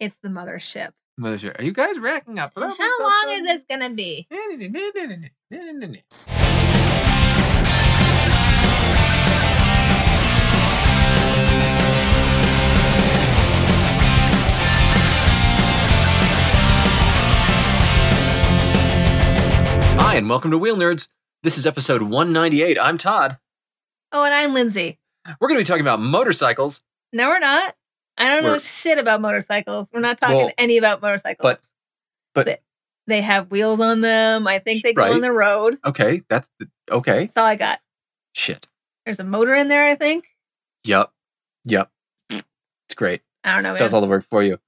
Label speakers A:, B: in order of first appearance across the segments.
A: It's the mothership.
B: Mothership. Are you guys racking up?
A: How long is this gonna be?
B: this? Hi, and welcome to Wheel Nerds. This is episode 198. I'm Todd.
A: Oh, and I'm Lindsay.
B: We're going to be talking about motorcycles
A: No, we're not. I don't know
B: We're-
A: shit about motorcycles. We're not talking
B: Well,
A: any about motorcycles.
B: but- but-
A: they, they have wheels on them. I think they go on
B: Right.
A: the road.
B: Okay, that's the, okay.
A: That's all I got.
B: Shit.
A: There's a motor in there, I think.
B: Yep. Yep. It's great.
A: I don't know. Man.
B: Does all the work for you.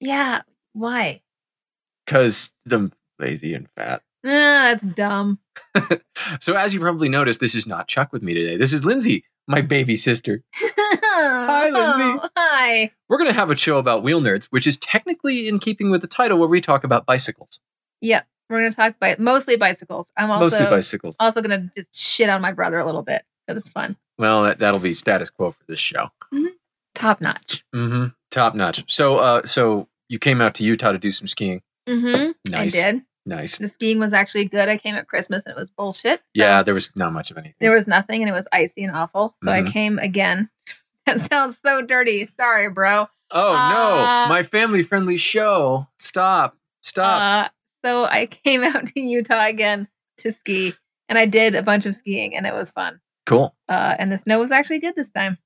A: yeah. Why?
B: Cause I'm lazy and fat.
A: Ah, that's dumb.
B: So as you probably noticed, this is not Chuck with me today. This is Lindsay, my baby sister.
A: hi,
B: Lindsay.
A: Oh, hi.
B: We're gonna have a show about wheel nerds, which is technically in keeping with the title where we talk about bicycles.
A: Yep. We're gonna talk bi- mostly bicycles. I'm also
B: Mostly bicycles.
A: also gonna just shit on my brother a little bit because it's fun.
B: well, that, that'll be status quo for this show.
A: Top notch.
B: Mm-hmm. Top notch. So uh so you came out to Utah to do some skiing.
A: Mm-hmm.
B: Nice.
A: I did.
B: Nice.
A: The skiing was actually good. I came at Christmas and it was bullshit. so
B: Yeah, there was not much of anything.
A: There was nothing and it was icy and awful. So I
B: Mhm.
A: came again. That sounds so dirty. Sorry, bro.
B: Oh
A: Uh,
B: no, my family friendly show. Stop. Stop.
A: Uh, so I came out to Utah again to ski and I did a bunch of skiing and it was fun.
B: cool.
A: Uh, and the snow was actually good this time.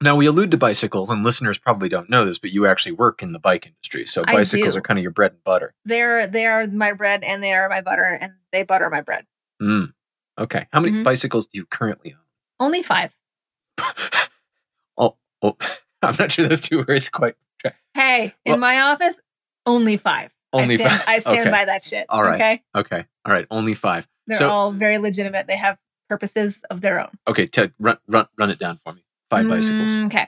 B: Now we allude to bicycles and listeners probably don't know this, but you actually work in the bike industry. So
A: I
B: bicycles
A: do.
B: are kind of your bread and butter.
A: They're they are my bread and they are my butter and they butter my bread.
B: Mm. Okay. How many
A: Mhm.
B: bicycles do you currently
A: Only five.
B: own? oh, oh I'm not sure those two words quite
A: Hey, in
B: Well-
A: my office, only five.
B: only
A: I stand,
B: five.
A: I stand
B: okay.
A: by that shit.
B: All right.
A: Okay.
B: Okay. All right. Only five.
A: They're
B: So-
A: all very legitimate. They have purposes of their own.
B: Okay, Ted, run run run it down for me. Five bicycles.
A: Mm, Okay.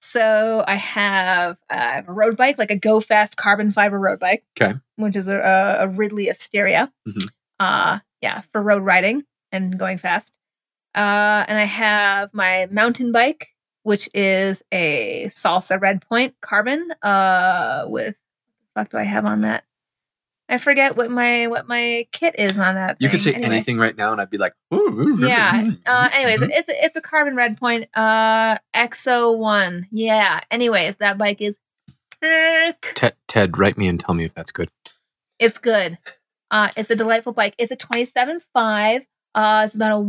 A: So I have, uh, I have a road bike, like a Go Fast carbon fiber road bike.
B: 'Kay.
A: Which is a, a, a Ridley Asteria.
B: Mhm.
A: Uh, yeah, for road riding and going fast. Uh, and I have my mountain bike, which is a Salsa Red Point carbon. Uh, with what the fuck do I have on that? I forget what my what my kit is on that.
B: You could say
A: thing. Anyway
B: anything right now and I'd be like, ooh, ooh, Mm, ooh,
A: yeah.
B: ooh,
A: Uh,
B: ooh,
A: anyways,
B: ooh.
A: it's a, it's a carbon red point. Uh, XO1. Yeah. Anyways, that bike is sick.
B: Ted, Ted, write me and tell me if that's good.
A: It's good. Uh, it's a delightful bike. It's a 27.5. Uh, it's about a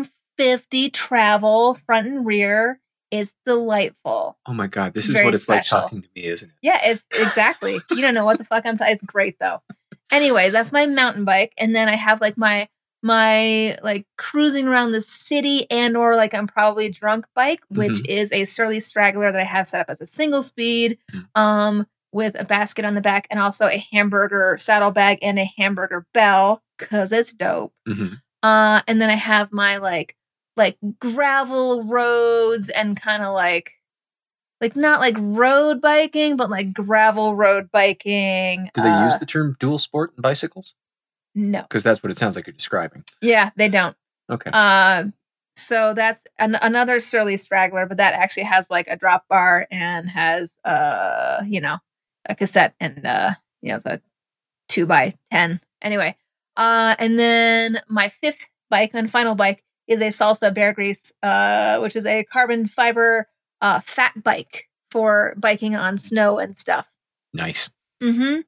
A: 150 travel front and rear. It's delightful.
B: Oh my god, this
A: It's
B: is
A: very
B: what it's
A: special.
B: like talking to me, isn't it?
A: Yeah, it's exactly. you don't know what the fuck I'm. T- it's great though. Anyway, that's my mountain bike, and then I have like my my like cruising around the city and or like I'm probably drunk bike, which is a surly straggler that I have set up as a single speed,
B: Mhm.
A: um, with a basket on the back and also a hamburger saddlebag and a hamburger bell, cause it's dope.
B: Mm-hmm.
A: Uh, and then I have my like like gravel roads and kind of like like not like road biking, but like gravel road biking.
B: Do they
A: Uh,
B: use the term dual sport in bicycles?
A: no?
B: Because that's what it sounds like you're describing.
A: Yeah, they don't.
B: Okay.
A: Uh, so that's an- another surly straggler, but that actually has like a drop bar and has uh you know a cassette and uh you know it's a two by ten anyway. Uh, and then my fifth bike and final bike is a salsa bear grease, uh, which is a carbon fiber uh fat bike for biking on snow and stuff.
B: nice.
A: Mm-hmm.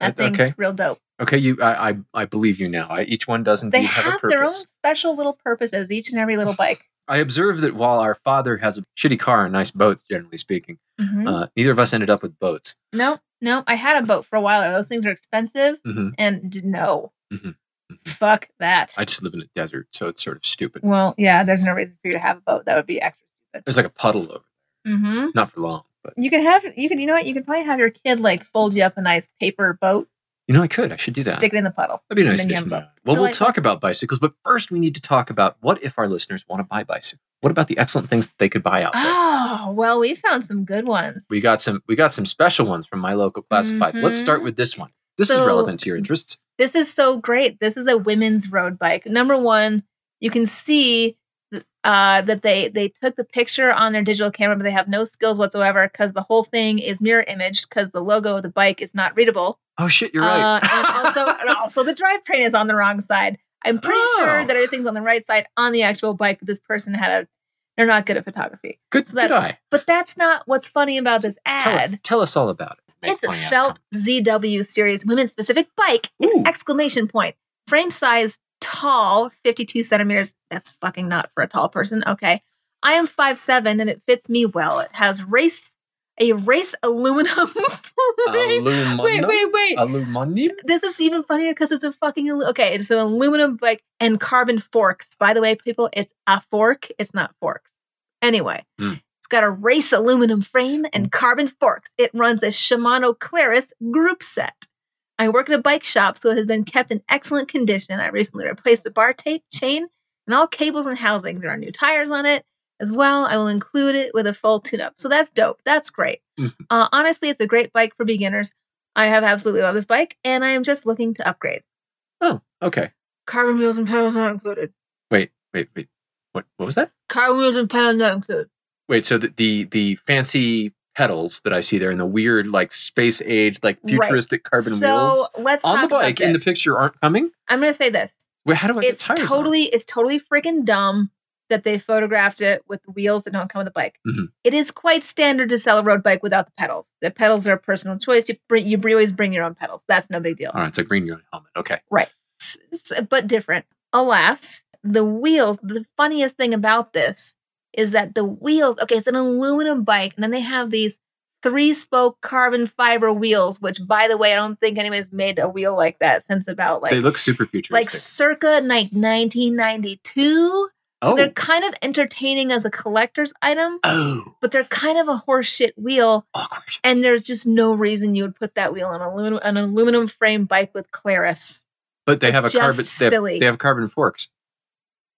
A: That
B: Uh,
A: thing's
B: okay.
A: real dope.
B: Okay, you. I. I, I believe you now. I, each one does indeed
A: They
B: have, a
A: have their own
B: purpose.
A: special little purposes, each and every little bike.
B: I observe that while our father has a shitty car and nice boats, generally speaking,
A: Mhm.
B: uh, neither of us ended up with boats.
A: No, no. I had a boat for a while. Those things are expensive,
B: hmm
A: and d- no,
B: Mhm, mhm.
A: fuck that.
B: I just live in a desert, so it's sort of stupid.
A: well, yeah. There's no reason for you to have a boat. That would be extra stupid.
B: There's like a puddle over,
A: Mm-hmm.
B: not for long, but
A: You could have. You could. You know what? You could probably have your kid like fold you up a nice paper boat,
B: you know I could. I should do that.
A: stick it in the puddle.
B: That'd be a nice.
A: and then you
B: addition.
A: have a
B: Well,
A: boat.
B: we'll
A: Delightful.
B: talk about bicycles, but first we need to talk about what if our listeners want to buy bicycles. What about the excellent things that they could buy out there?
A: Oh well, we found some good ones.
B: We got some we got some special ones from my local classifieds. Let's start
A: Mhm.
B: with this one. This
A: So-
B: is relevant to your interests.
A: this is so great. This is a women's road bike. Number one, you can see th- uh, that they they took the picture on their digital camera, but they have no skills whatsoever because the whole thing is mirror imaged because the logo of the bike is not readable.
B: Oh shit, you're right.
A: Uh, and also, and also the drivetrain is on the wrong side. I'm pretty
B: Oh.
A: sure that everything's on the right side on the actual bike. But this person had a, they're not good at photography.
B: good,
A: so
B: good
A: that's-
B: eye.
A: But that's not what's funny about this
B: Tell,
A: ad.
B: tell us all about it. Make
A: It's a
B: funny ass
A: Felt ZW series women's specific bike
B: comment. Ooh,
A: exclamation point. Frame size tall, 52 centimeters. That's fucking not for a tall person. Okay. I am 5'7 and it fits me well. It has race a race aluminum frame.
B: aluminum.
A: wait, wait, wait.
B: Aluminum.
A: this is even funnier because it's a fucking alu- okay. It's an aluminum bike and carbon forks. By the way, people, it's a fork. It's not forks. Anyway,
B: Hmm.
A: it's got a race aluminum frame and carbon forks. It runs a Shimano Claris group set. I work at a bike shop, so it has been kept in excellent condition. I recently replaced the bar tape, chain, and all cables and housing. There are new tires on it as well. I will include it with a full tune-up. So that's dope. That's great.
B: Mhm.
A: Uh, honestly, it's a great bike for beginners. I have absolutely loved this bike, and I am just looking to upgrade.
B: Oh, okay.
A: Carbon wheels and pedals not included.
B: Wait, wait, wait. What? What was that?
A: Carbon wheels and pedals not included.
B: Wait, so the the, the fancy pedals that I see there and the weird like space age like
A: Right.
B: futuristic carbon
A: so
B: wheels
A: let's
B: on
A: talk
B: the bike
A: about
B: in the
A: this.
B: picture aren't coming.
A: I'm gonna say this.
B: Wait, how do I
A: it's
B: get tires? on?
A: totally it's totally freaking dumb that they photographed it with the wheels that don't come with the bike.
B: Mhm.
A: It is quite standard to sell a road bike without the pedals. The pedals are a personal choice. You bring, you br- always bring your own pedals. That's no big deal.
B: All right, it's a green yarn helmet. Okay.
A: S- s- but different. Alas, the wheels. The funniest thing about this is that the wheels. Okay, it's an aluminum bike, and then they have these three-spoke carbon fiber wheels. Which, by the way, I don't think anybody's made a wheel like that since about like
B: they look super
A: like
B: futuristic.
A: circa like 1992. So
B: oh.
A: they're kind of entertaining as a collector's item,
B: oh.
A: but they're kind of a horseshit wheel,
B: Awkward.
A: and there's just no reason you would put that wheel on aluminum, an aluminum frame bike with Claris.
B: But they
A: It's
B: have a
A: just
B: carbon. They have,
A: silly.
B: they have carbon forks.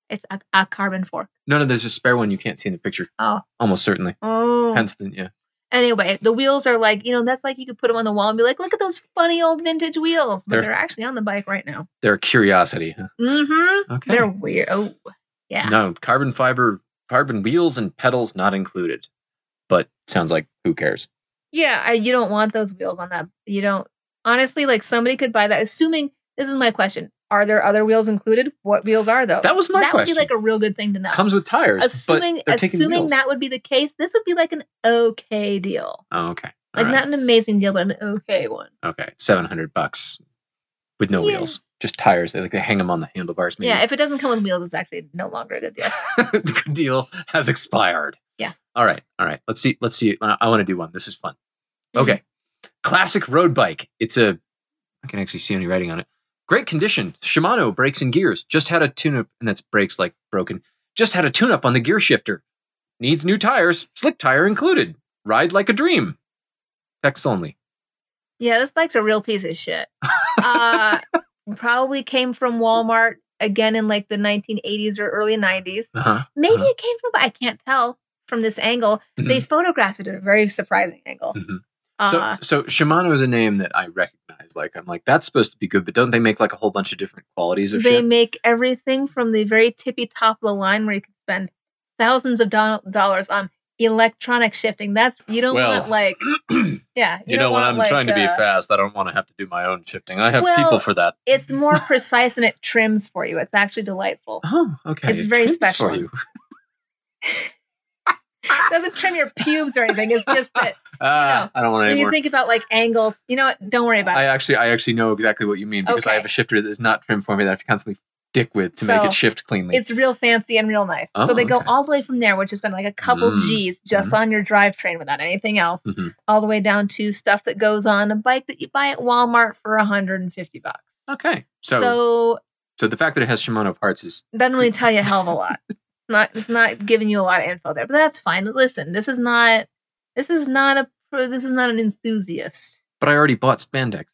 A: It's a, a carbon fork.
B: No, no, there's a spare one you can't see in the picture.
A: Oh.
B: Almost certainly.
A: Oh.
B: Hence, the, yeah.
A: anyway, the wheels are like, you know, that's like you could put them on the wall and be like, look at those funny old vintage wheels, but
B: They're-
A: they're, actually on the bike right now.
B: They're a curiosity. huh?
A: Mm-hmm.
B: Okay.
A: They're weird. Oh, yeah.
B: No, carbon fiber, carbon wheels and pedals not included. But sounds like who cares?
A: Yeah, I, you don't want those wheels on that. You don't. Honestly, like somebody could buy that. Assuming this is my question: Are there other wheels included? What wheels are those?
B: That was my
A: that
B: question.
A: would be like a real good thing to know.
B: Comes with tires.
A: assuming
B: but they're taking
A: assuming
B: wheels.
A: that would be the case, this would be like an okay deal.
B: Oh, okay. All
A: Like
B: right.
A: not an amazing deal, but an okay one.
B: Okay, seven hundred bucks with no
A: Yeah.
B: wheels, just tires. They like they hang them on the handlebars. Maybe.
A: Yeah, if it doesn't come with wheels, it's actually no longer a good deal.
B: the good deal has expired.
A: Yeah.
B: All right, all right. Let's see. Let's see. I, want to do one. This is fun.
A: Mm-hmm.
B: Okay, classic road bike. It's a. I can actually see any writing on it. Great condition. Shimano brakes and gears. Just had a tune-up, and that's brakes like broken. Just had a tune-up on the gear shifter. Needs new tires. Slick tire included. Ride like a dream. Text only.
A: Yeah, this bike's a real piece of shit. Uh, probably came from Walmart again in like the 1980s or early 90s.
B: Uh huh.
A: Maybe
B: Uh-huh.
A: it came from, I can't tell from this angle. They photographed it at a very surprising angle.
B: Mhm.
A: Uh,
B: so, so Shimano is a name that I recognize. Like, I'm like, that's supposed to be good, but don't they make like a whole bunch of different qualities
A: they
B: of shit?
A: make everything from the very tippy top of the line where you can spend thousands of do- dollars on electronic shifting. That's, you don't
B: Well,
A: want like,
B: you,
A: yeah. don't
B: know, when
A: want,
B: I'm
A: like,
B: trying to be
A: uh,
B: fast, I don't want to have to do my own shifting. I have
A: Well-
B: people for that.
A: It's more precise and it trims for you. It's actually delightful.
B: Oh, okay.
A: It's very
B: Trims
A: special.
B: For you.
A: It doesn't trim your pubes or anything. It's just that
B: Ah, I don't want
A: when
B: any
A: you
B: more.
A: think about like angles, you know what? Don't worry about
B: I
A: it.
B: actually, I actually know exactly what you mean because I
A: Okay.
B: have a shifter that's not trimmed for me that I have to constantly dick with to make
A: So,
B: it shift cleanly.
A: It's real fancy and real nice.
B: Oh,
A: so they go
B: okay.
A: all the way from there, which has been like a couple
B: Mm.
A: G's just on your drivetrain without anything else.
B: Mhm.
A: all the way down to stuff that goes on a bike that you buy at Walmart for 150 bucks.
B: Okay. So,
A: So,
B: so, the fact that it has Shimano parts is
A: doesn't really tell you a hell of a lot. not it's not giving you a lot of info there, but that's fine. But listen, this is not this is not a pro- this is not an enthusiast.
B: but I already bought spandex.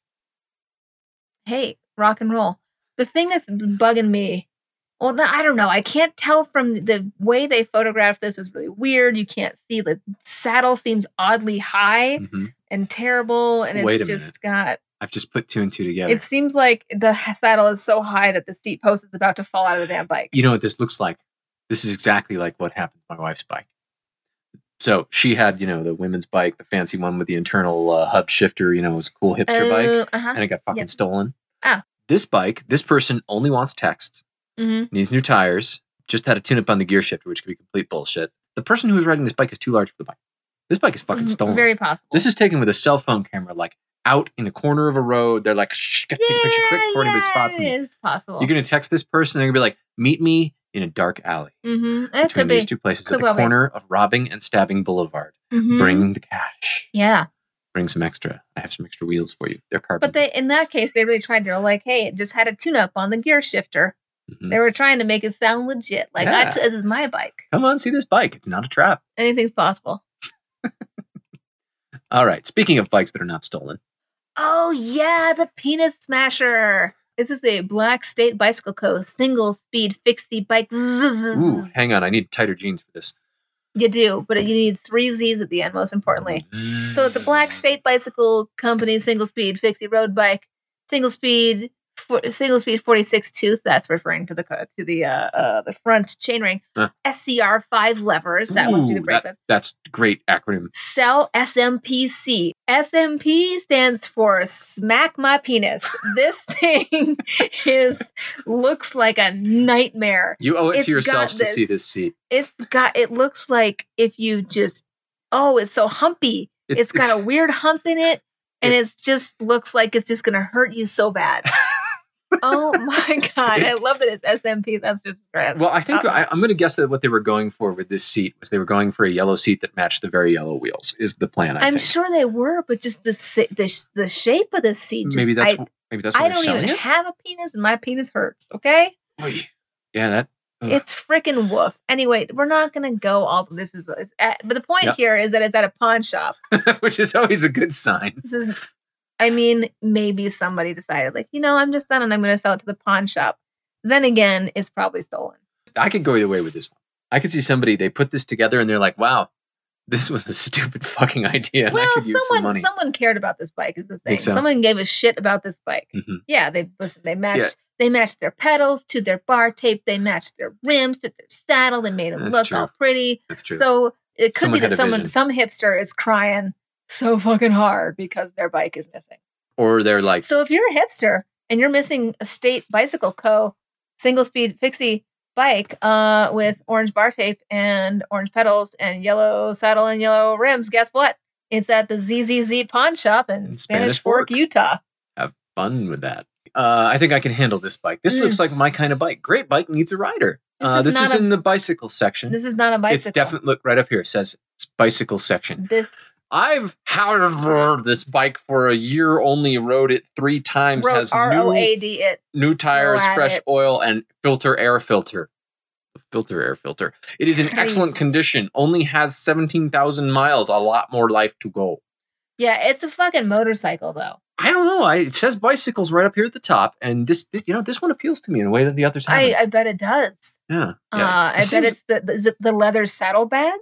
A: Hey, rock and roll. The thing that's bugging me. Well, no, I don't know. I can't tell from the way they photographed this is really weird. You can't see the saddle seems oddly high
B: hmm
A: and terrible, and it's
B: Wait a
A: just got
B: I've just put two and two together.
A: It seems like the h- saddle is so high that the seat post is about to fall out of the damn bike.
B: you know what this looks like? This is exactly like what happened to my wife's bike. So she had, you know, the women's bike, the fancy one with the internal uh, hub shifter. You know, it was a cool hipster bike,
A: Oh, uh-huh.
B: and it got fucking
A: yep.
B: stolen.
A: Oh.
B: This bike, this person only wants texts,
A: hmm
B: needs new tires, just had a tune-up on the gear shifter, which could be complete bullshit. The person who was riding this bike is too large for the bike. This bike is fucking stolen.
A: Mm, mm-hmm. Very possible.
B: This is taken with a cell phone camera, like out in a corner of a road. They're like, shh, gotta take a picture quick before anybody spots me.
A: It is possible.
B: You're gonna text this person. They're gonna be like, "Meet me in a dark alley
A: mm-hmm. It
B: between
A: could
B: these
A: be.
B: two places
A: Could
B: at the
A: well be.
B: corner of Robbing and Stabbing Boulevard.
A: Mhm.
B: Bring the cash.
A: Yeah,
B: Bring some extra. I have some extra wheels for you. They're carbon.
A: but they in that case they really tried. They were like, "Hey, it just had a tune-up on the gear shifter."
B: Mhm.
A: They were trying to make it sound legit. Like, I
B: Yeah.
A: t- this is my bike.
B: Come on, see this bike. It's not a trap.
A: Anything's possible.
B: All right. Speaking of bikes that are not stolen,
A: Oh yeah, the penis smasher. This is a Black State Bicycle Co. single speed fixie bike. Zzz.
B: ooh, hang on. I need tighter jeans for this.
A: You do, but you need three Z's at the end, most importantly. So it's a Black State Bicycle Company single speed fixie road bike, single speed, for, single speed 46 tooth. That's referring to the co- to the uh, uh the front chainring.
B: Huh.
A: SCR five levers. That must be the
B: Ooh,
A: brake
B: that-
A: lift.
B: That's great acronym.
A: Sell SMPC. SMP stands for smack my penis. this thing is looks like a nightmare.
B: You owe it
A: It's
B: to yourselves
A: got
B: to see
A: this-
B: this seat.
A: It's got it looks like if you just oh, it's so humpy.
B: It,
A: it's got a weird hump in it and
B: It-
A: it just looks like it's just gonna hurt you so bad oh my god i love that it's smp that's just gross
B: Well, I think
A: Oh.
B: I, I'm going to guess that what they were going for with this seat was they were going for a yellow seat that matched the very yellow wheels. Is the plan? I
A: i'm
B: think.
A: sure they were but just the si- the, sh- the shape of the seat just,
B: maybe that's
A: i,
B: wh- maybe that's
A: I
B: what they're
A: don't even
B: selling it.
A: have a penis and my penis hurts okay
B: Oy. Yeah, that Ugh.
A: it's freaking woof anyway we're not gonna go all this is it's at, but the point
B: Yeah.
A: here is that it's at a pawn shop
B: which is always a good sign.
A: this is i mean maybe somebody decided like you know i'm just done and i'm gonna sell it to the pawn shop then again it's probably stolen
B: I could go either way with this one. I could see somebody they put this together and they're like, "Wow, this was a stupid fucking idea," and I
A: well,
B: could use some
A: someone
B: money.
A: someone cared about this bike is the thing.
B: Think so?
A: Someone gave a shit about this bike.
B: Mhm.
A: Yeah, they listen. They matched. They matched their pedals to their bar tape. They matched their rims to their saddle. They made them
B: That's
A: look
B: true.
A: all pretty.
B: That's true.
A: So it could
B: Someone
A: be
B: had
A: that
B: a
A: someone,
B: vision.
A: some hipster, is crying so fucking hard because their bike is missing.
B: or they're like,
A: So if you're a hipster and you're missing a State Bicycle Co. single speed fixie bike uh, with orange bar tape and orange pedals and yellow saddle and yellow rims, guess what? It's at the ZZZ pawn shop in,
B: Spanish
A: Spanish, Fork,
B: Fork.
A: Utah.
B: "Fun with that." Uh, I think I can handle this bike. This
A: Mm.
B: looks like my kind of bike. Great bike needs a rider.
A: This
B: uh,
A: is
B: this
A: not
B: is
A: a-
B: in the bicycle section.
A: This is not a bicycle.
B: Mm-hmm. It's definitely look right up here. It says it's bicycle section.
A: this
B: I've however this bike for a year only rode it three times.
A: wrote
B: has
A: R O A
B: new,
A: D it.
B: new tires,
A: at
B: fresh
A: it.
B: oil, and filter air filter. Filter air filter. It is in excellent
A: Christ.
B: condition. Only has seventeen thousand miles. A lot more life to go.
A: Yeah, it's a fucking motorcycle though.
B: I don't know. I, it says bicycles right up here at the top, and this, this you know this one appeals to me in a way that the others
A: I,
B: haven't.
A: I bet it does.
B: yeah.
A: Uh,
B: yeah.
A: I
B: It
A: bet
B: seems-
A: it's the the- is it the leather saddlebags?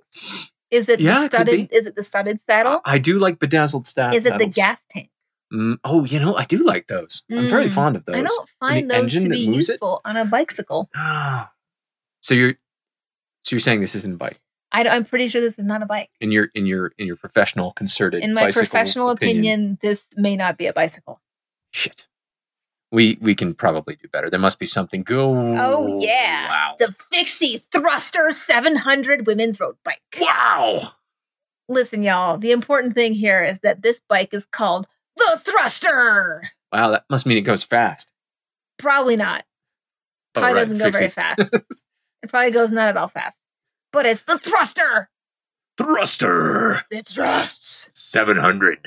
A: Is it
B: Yeah,
A: the
B: it could Uh,
A: studded? Is it the studded saddle?
B: I do like bedazzled staff.
A: is it the
B: pedals.
A: gas tank?
B: Mm, oh, you know I do like those. I'm very
A: Mm.
B: fond of those.
A: I don't find
B: the
A: those to
B: engine that
A: be
B: moves it?
A: useful on a bicycle.
B: Ah. so you're so you're saying this isn't a bike
A: I, am pretty sure this is not a bike.
B: in your in your in your professional concerted
A: In my
B: bicycle
A: professional opinion, this may not be a bicycle.
B: shit we we can probably do better there must be something go
A: Oh, yeah.
B: wow
A: The Fixie Thruster 700 women's road bike.
B: wow
A: Listen, y'all, the important thing here is that this bike is called the Thruster.
B: wow that must mean it goes fast
A: Probably not.
B: oh
A: Probably
B: right
A: doesn't go
B: fix
A: very
B: it.
A: fast. it probably goes not at all fast. But it's the Thruster.
B: thruster
A: It thrusts.
B: 700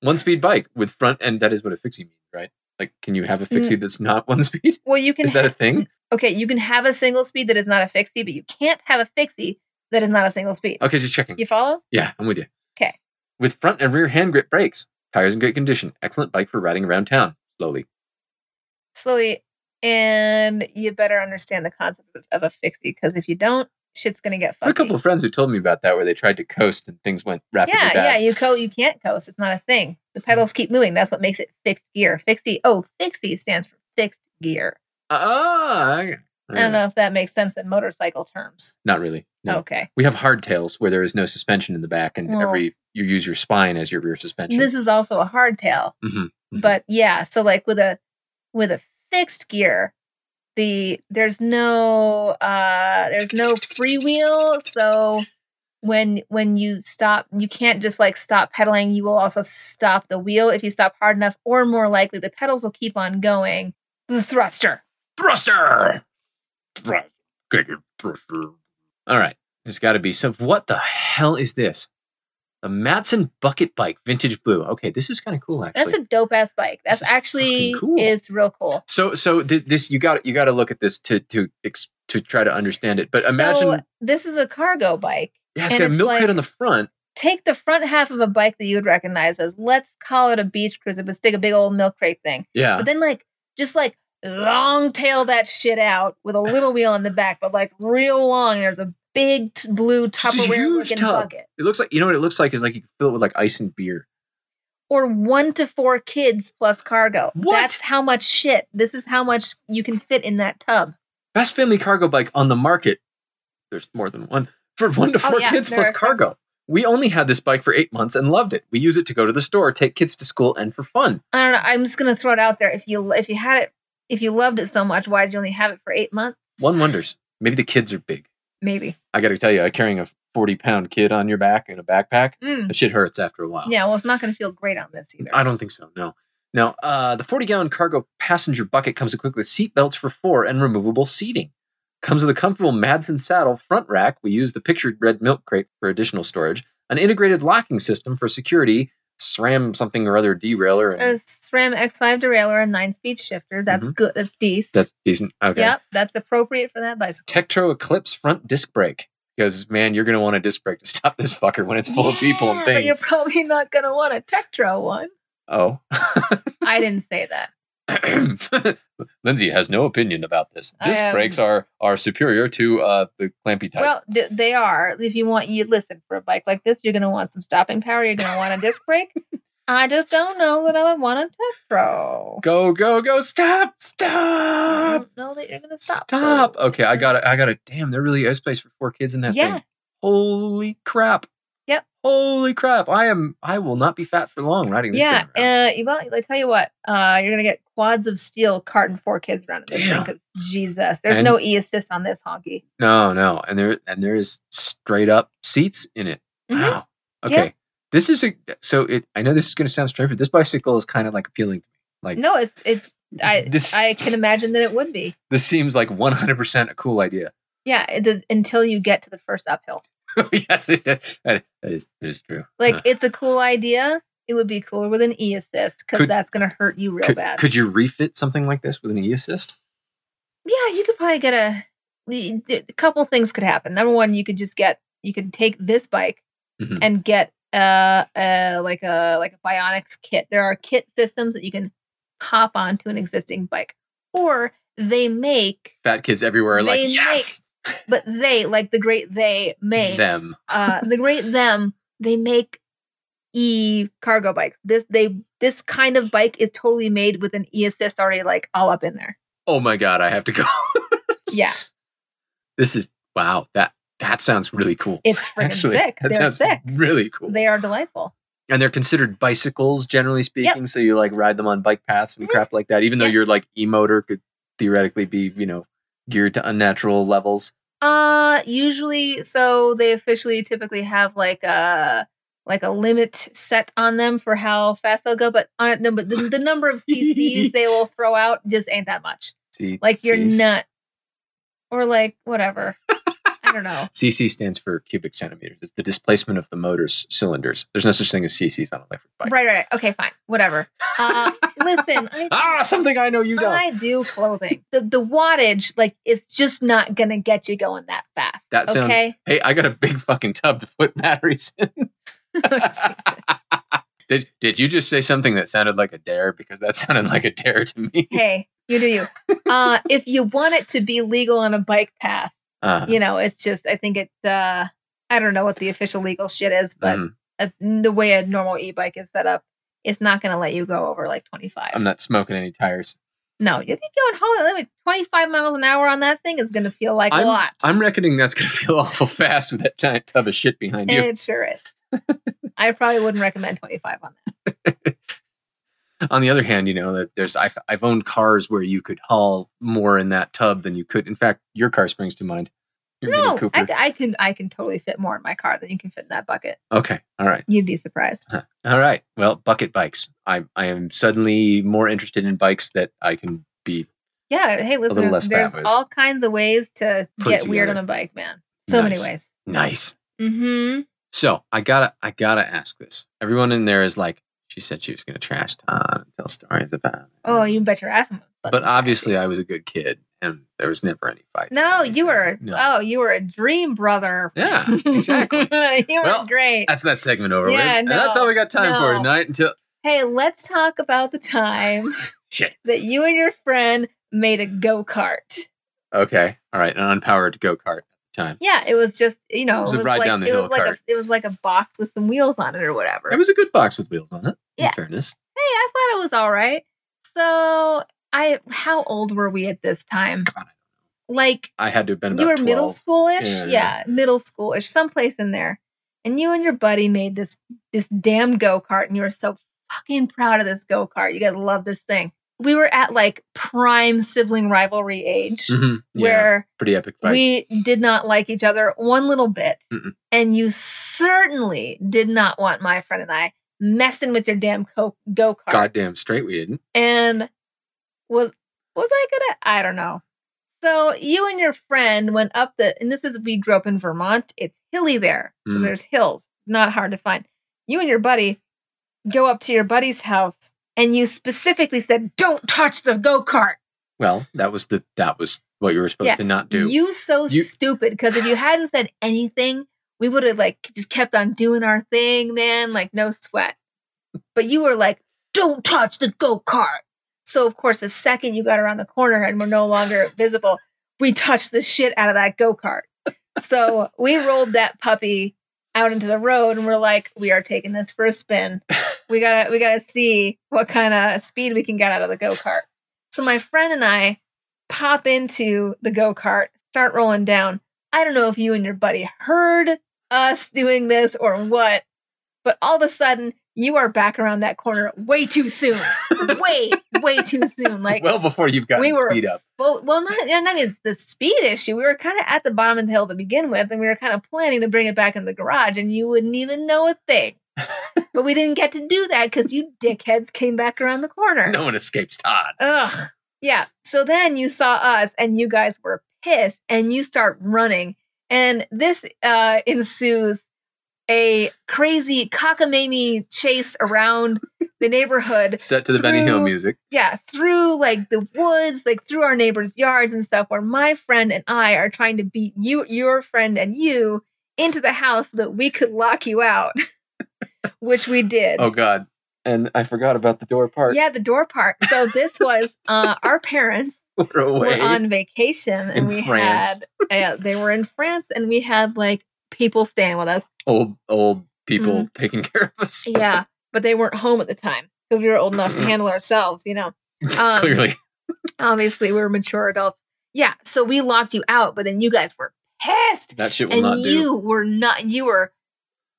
B: one speed bike with front and that is what a fixie means right like can you have a
A: Mm-hmm.
B: fixie that's not one speed
A: Well, you can
B: is that a thing
A: okay, you can have a single speed that is not a fixie, but you can't have a fixie that is not a single speed.
B: okay just checking
A: You follow?
B: Yeah, I'm with you.
A: 'Kay.
B: With front and rear hand grip brakes. Tires in great condition. Excellent bike for riding around town. Slowly.
A: Slowly. And you better understand the concept of- of a fixie, because if you don't, shit's gonna get
B: I had
A: funky.
B: a couple of friends who told me about that where they tried to coast and things went rapidly
A: yeah, yeah,
B: bad.
A: you co you can't coast. It's not a thing. The pedals keep moving. That's what makes it fixed gear. Fixie. Oh, fixie stands for fixed gear.
B: Uh, Ah, I-
A: I don't know Oh. if that makes sense in motorcycle terms.
B: Not really. No.
A: Okay.
B: We have hardtails where there is no suspension in the back, and
A: Well-
B: every you use your spine as your rear suspension.
A: This is also a hardtail.
B: Mhm. Mhm.
A: but yeah so like with a with a fixed gear the there's no uh there's no freewheel so when when you stop you can't just like stop pedaling you will also stop the wheel if you stop hard enough or more likely the pedals will keep on going the thruster
B: thruster. Thrust- get your thruster. All right, there's got to be some. What the hell is this? The Matson bucket bike, vintage blue. Okay, this is kind of cool actually.
A: that's a dope ass bike that's
B: This is fucking
A: actually
B: cool.
A: is real cool
B: so so th- this you got you got to look at this to to ex- to try to understand it. But
A: So,
B: imagine
A: this is a cargo bike
B: yeah, it's
A: and
B: got a
A: it's
B: milk crate
A: like-
B: on the front.
A: take the front half of a bike that you would recognize as let's call it a beach cruiser but stick a big old milk crate thing
B: Yeah.
A: But then like just like long tail that shit out with a little wheel on the back, but like real long. There's a big t- blue
B: Just a
A: Tupperware
B: huge
A: looking
B: tub.
A: bucket.
B: It looks like you know what it looks like is like you can fill it with like ice and beer.
A: Or one to four kids plus cargo.
B: What?
A: That's how much shit. This is how much you can fit in that tub.
B: Best family cargo bike on the market. There's more than one for one to
A: Oh,
B: four
A: yeah,
B: kids
A: there
B: plus
A: are several.
B: cargo. We only had this bike for eight months and loved it. We use it to go to the store, take kids to school, and for fun.
A: I don't know. I'm just gonna throw it out there. If you if you had it, if you loved it so much, why'd you only have it for eight months?
B: One wonders. Maybe the kids are big.
A: maybe.
B: I got to tell you, uh, carrying a 40 pound kid on your back in a backpack,
A: Mm.
B: that shit hurts after a while.
A: Yeah. Well, it's not gonna feel great on this either.
B: I don't think so. No. Now, uh, the 40 gallon cargo passenger bucket comes equipped with seat belts for four and removable seating. Comes with a comfortable Madsen saddle front rack. We use the pictured red milk crate for additional storage, an integrated locking system for security, SRAM something or other derailleur.
A: A
B: And
A: SRAM X5 derailleur and nine speed shifter. That's good. That's decent.
B: Mm-hmm. that's decent. Okay.
A: Yep, that's appropriate for that bicycle.
B: Tektro Eclipse front disc brake. Because, man, you're going to want a disc brake to stop this fucker when it's full of people and
A: Yeah, But you're
B: things.
A: probably not going to want a Tektro one.
B: Oh.
A: I didn't say that.
B: Oh. Lindsay has no opinion about this.
A: I,
B: Disc
A: um,
B: brakes are are superior to uh, the clampy type.
A: Well, d- they are. If you want, you listen for a bike like this, you're going to want some stopping power. You're going to want a disc brake. I just don't know that I would want a Tektro.
B: go go go! Stop!
A: I
B: Stop!
A: don't know that you're going to
B: Stop!
A: Mhm. stop. so-
B: Okay, I got it. I got it. Damn, there really is place for four kids in that
A: Yeah.
B: thing. Holy crap!
A: Yep.
B: Holy crap! I am. I will not be fat for long riding this
A: Yeah,
B: thing. around.
A: uh, you- well, I tell you what, uh, you're gonna get quads of steel carting four kids around in this thing
B: Damn.
A: because Jesus, there's
B: And-
A: no e assist on this honky.
B: no, no, and there and there is straight up seats in it.
A: Mhm.
B: Wow. Okay.
A: Yeah.
B: This is a so it. I know this is going to sound strange, but this bicycle is kind of like appealing to me. Like
A: No, it's it's I
B: this.
A: I can imagine that it would be.
B: this seems like 100% a cool idea.
A: Yeah, it does until you get to the first uphill.
B: yes, it- that, that is that is true.
A: Like
B: Uh,
A: it's a cool idea. It would be cooler with an e assist because
B: Could-
A: that's gonna hurt you real
B: could,
A: bad.
B: could you refit something like this with an e assist?
A: yeah, you could probably get a. the- the- A couple things could happen. Number one, you could just get you could take this bike
B: Mhm.
A: and get uh, uh like a like a bionics kit. There are kit systems that you can hop onto an existing bike, or they make,
B: Fat kids everywhere are like
A: They make
B: yes,
A: but they like the great they make
B: them.
A: uh the great them they make e cargo bikes this they this kind of bike is totally made with an e assist already like all up in there
B: Oh my god, I have to go.
A: yeah
B: this is wow. That that sounds really cool.
A: it's freaking
B: Actually,
A: sick
B: that
A: they're
B: sounds
A: sick
B: really cool.
A: they are delightful
B: and they're considered bicycles, generally speaking. So you like ride them on bike paths and
A: Mhm.
B: crap like that. Even though
A: Yeah.
B: your like e motor could theoretically be you know geared to unnatural levels.
A: uh usually so they officially typically have like a like a limit set on them for how fast they'll go but on it no, but the, the number of cc's they will throw out just ain't that much
B: See,
A: like you're
B: Cs.
A: nut or like whatever i don't know
B: CC stands for cubic centimeters. It's the displacement of the motor's cylinders. There's no such thing as CCs on an electric bike.
A: Right, right, right. Okay, fine. Whatever. Uh, listen, I,
B: Ah, something I know you don't.
A: I do clothing. The the wattage, like, it's just not gonna get you going that fast.
B: That sounds-
A: okay.
B: hey, I got a big fucking tub to put batteries in. did did you just say something that sounded like a dare? Because that sounded like a dare to me.
A: hey, you do you. Uh, if you want it to be legal on a bike path,
B: Uh,
A: you know, it's just I think it. Uh, I don't know what the official legal shit is, but
B: mm,
A: uh, the way a normal e bike is set up, it's not gonna let you go over like twenty
B: I'm
A: five.
B: not smoking any tires.
A: No, if you're going home at like 25 miles an hour on that thing, it's going to feel like
B: I'm-
A: a lot.
B: I'm reckoning that's going to feel awful fast with that giant tub of shit behind you.
A: it sure is. I probably wouldn't recommend 25 on that.
B: On the other hand, you know that there's I've, I've owned cars where you could haul more in that tub than you could. In fact, your car springs to mind. Your Mini
A: No,
B: Cooper.
A: I, I can I can totally fit more in my car than you can fit in that bucket.
B: okay, all right,
A: You'd be surprised.
B: all right. Well, bucket bikes. I I am suddenly more interested in bikes that I can be.
A: Yeah. Hey,
B: little less
A: listeners,
B: fat
A: there's
B: with.
A: all kinds of ways to
B: Put
A: get
B: it
A: weird on
B: together.
A: a bike, man. So many
B: Nice.
A: ways.
B: Nice.
A: Mm-hmm.
B: So I gotta I gotta ask this. Everyone in there is like, she said she was gonna trash Todd and tell stories about. him."
A: Oh, you bet your ass. I'm a fucking
B: Mm-hmm. but
A: trash.
B: obviously I was a good kid and there was never any fights. or
A: No,
B: anything.
A: you were.
B: No.
A: Oh, you were a dream brother.
B: Yeah, exactly.
A: you were
B: Well,
A: great.
B: That's that segment over with.
A: Yeah,
B: And that's
A: no,
B: all we got time for
A: no.
B: tonight until
A: Hey, let's talk about the time
B: shit.
A: that you and your friend made a go kart.
B: Okay. All right. An unpowered go kart time.
A: Yeah, it was just you know
B: It was a ride
A: like
B: down the
A: it
B: hill
A: was like
B: kart.
A: a it was like a box with some wheels on it or whatever.
B: It was a good box with wheels on it. In
A: Yeah.
B: fairness.
A: hey, I thought it was all right. So I, how old were we at this time?
B: God,
A: Like
B: I had to have been about
A: you were
B: 12.
A: middle schoolish,
B: Yeah,
A: yeah,
B: yeah.
A: middle schoolish, someplace in there. And you and your buddy made this this damn go kart, and you were so fucking proud of this go kart. You gotta love this thing. We were at like prime sibling rivalry age,
B: Mhm. Yeah,
A: where
B: pretty epic fights.
A: we did not like each other one little bit,
B: Mm-mm.
A: and you certainly did not want my friend and I messing with your damn co- go kart
B: Goddamn straight we didn't.
A: and was was I gonna? I don't know. So you and your friend went up the, and this is we grew up in Vermont. It's hilly there, so
B: Mm.
A: there's hills. Not hard to find. You and your buddy go up to your buddy's house, and you specifically said, "Don't touch the go kart."
B: Well, that was the that was what you were supposed
A: Yeah.
B: to not do.
A: You so
B: You-
A: stupid. Because if you hadn't said anything, we would have like just kept on doing our thing, man. Like no sweat. But you were like, "Don't touch the go kart." So of course, the second you got around the corner and were no longer visible, we touched the shit out of that go kart. So we rolled that puppy out into the road, and we're like, "We are taking this for a spin. We gotta, we gotta see what kind of speed we can get out of the go kart." So my friend and I pop into the go kart, start rolling down. I don't know if you and your buddy heard us doing this or what, but all of a sudden you are back around that corner way too soon. way, way too soon. Like, well,
B: well before you've gotten
A: we were-
B: speed up.
A: well, not, yeah, not it's the speed issue. We were kind of at the bottom of the hill to begin with, and we were kind of planning to bring it back in the garage, and you wouldn't even know a thing. but we didn't get to do that because you dickheads came back around the corner.
B: No one escapes Todd.
A: Ugh. Yeah. So then you saw us and you guys were pissed and you start running. And this uh, ensues a crazy cockamamie chase around the neighborhood.
B: set to the Benny Hill
A: through-
B: music.
A: Yeah. Through like the woods, like through our neighbors' yards and stuff, where my friend and I are trying to beat you, your friend and you into the house so that we could lock you out, which we did.
B: Oh God! And I forgot about the door part.
A: Yeah, the door part. So this was uh, our parents
B: We're away.
A: were on vacation
B: in
A: and we
B: France.
A: had uh, yeah, they were in France and we had like people staying with us.
B: old old people
A: Mm-hmm.
B: taking care of us.
A: Yeah, but they weren't home at the time because we were old enough to
B: Mm.
A: handle ourselves, you know. Um,
B: Clearly,
A: Obviously, we were mature adults. Yeah, so we locked you out, but then you guys were pissed
B: that shit will not
A: and
B: do.
A: you were not you were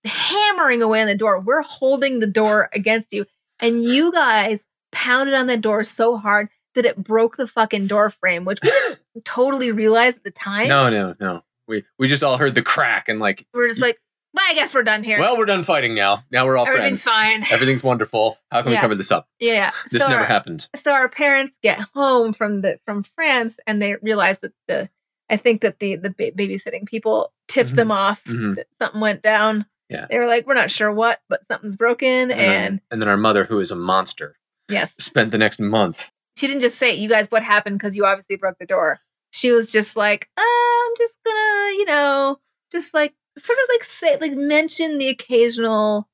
A: hammering away on the door. We're holding the door against you and you guys pounded on the door so hard that it broke the fucking door frame, which we didn't totally realize at the time.
B: No, no, no. We we just all heard the crack and like,
A: we're just like, well, I guess we're done here.
B: well, we're done fighting now. Now we're all
A: Everything's
B: friends.
A: fine.
B: Everything's wonderful. How can we
A: Yeah.
B: cover this up?
A: Yeah. yeah.
B: This
A: so,
B: never
A: our,
B: happened.
A: so our parents get home from the from France and they realize that the I think that the the ba- babysitting people tipped them off
B: Mhm.
A: that something went down.
B: Yeah.
A: They were like, we're not sure what, but something's broken. And
B: then, and then our mother, who is a monster,
A: yes,
B: spent the next month.
A: she didn't just say, "You guys, what happened?" Because you obviously broke the door. She was just like, uh, "I'm just gonna, you know, just like sort of like say, like mention the occasional."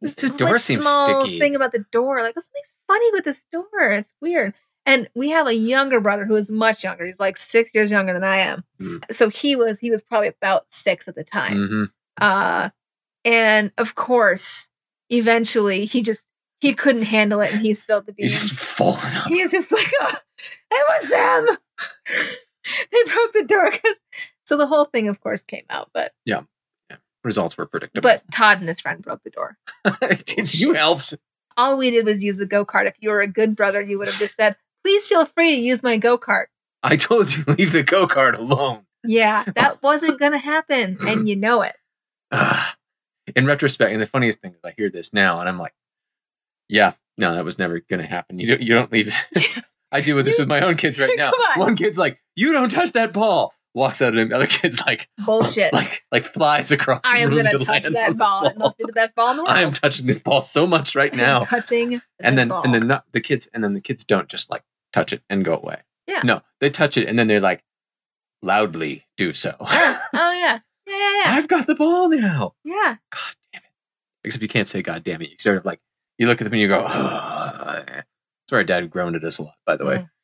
B: This
A: like,
B: door seems
A: small
B: sticky.
A: thing about the door. Like, oh, something's funny with this door. It's weird. And we have a younger brother who is much younger. He's like six years younger than I am.
B: Mm.
A: So he was he was probably about six at the time.
B: Mhm.
A: Uh, and of course, eventually he just he couldn't handle it and he spilled the
B: He's
A: beans.
B: just falling up.
A: He's just like, oh, it was them. they broke the door. 'cause-" So the whole thing, of course, came out. But
B: Results were predictable.
A: but Todd and his friend broke the door.
B: Did you help?
A: All we did was use the go kart. If you were a good brother, you would have just said, please feel free to use my go kart.
B: I told you leave the go kart alone.
A: Yeah, that wasn't going to happen. And you know it.
B: Ah. in retrospect, and the funniest thing is, I hear this now, and I'm like, yeah, no, that was never going to happen. You don't, you don't leave. I do with this with my own kids right now.
A: Come on.
B: One kid's like, you don't touch that ball. Walks out at him. The other kid's like,
A: Bullshit.
B: like, like flies across.
A: I
B: the
A: am
B: room
A: going to
B: to
A: touch
B: land on
A: that
B: the
A: ball. It must be the best ball in the world.
B: I am touching this ball so much right
A: I'm
B: now.
A: touching.
B: and
A: the
B: then
A: ball.
B: and then not, the kids and then the kids don't just like touch it and go away.
A: Yeah.
B: No, they touch it and then they're like loudly do so.
A: Yeah. Oh, yeah. Yeah, yeah,
B: I've got the ball now.
A: yeah. Yeah.
B: God damn it. Except you can't say God damn it. You sort of like you look at them and you go. "Ugh." That's where our dad groaned at us a lot, by the way.
A: Mm.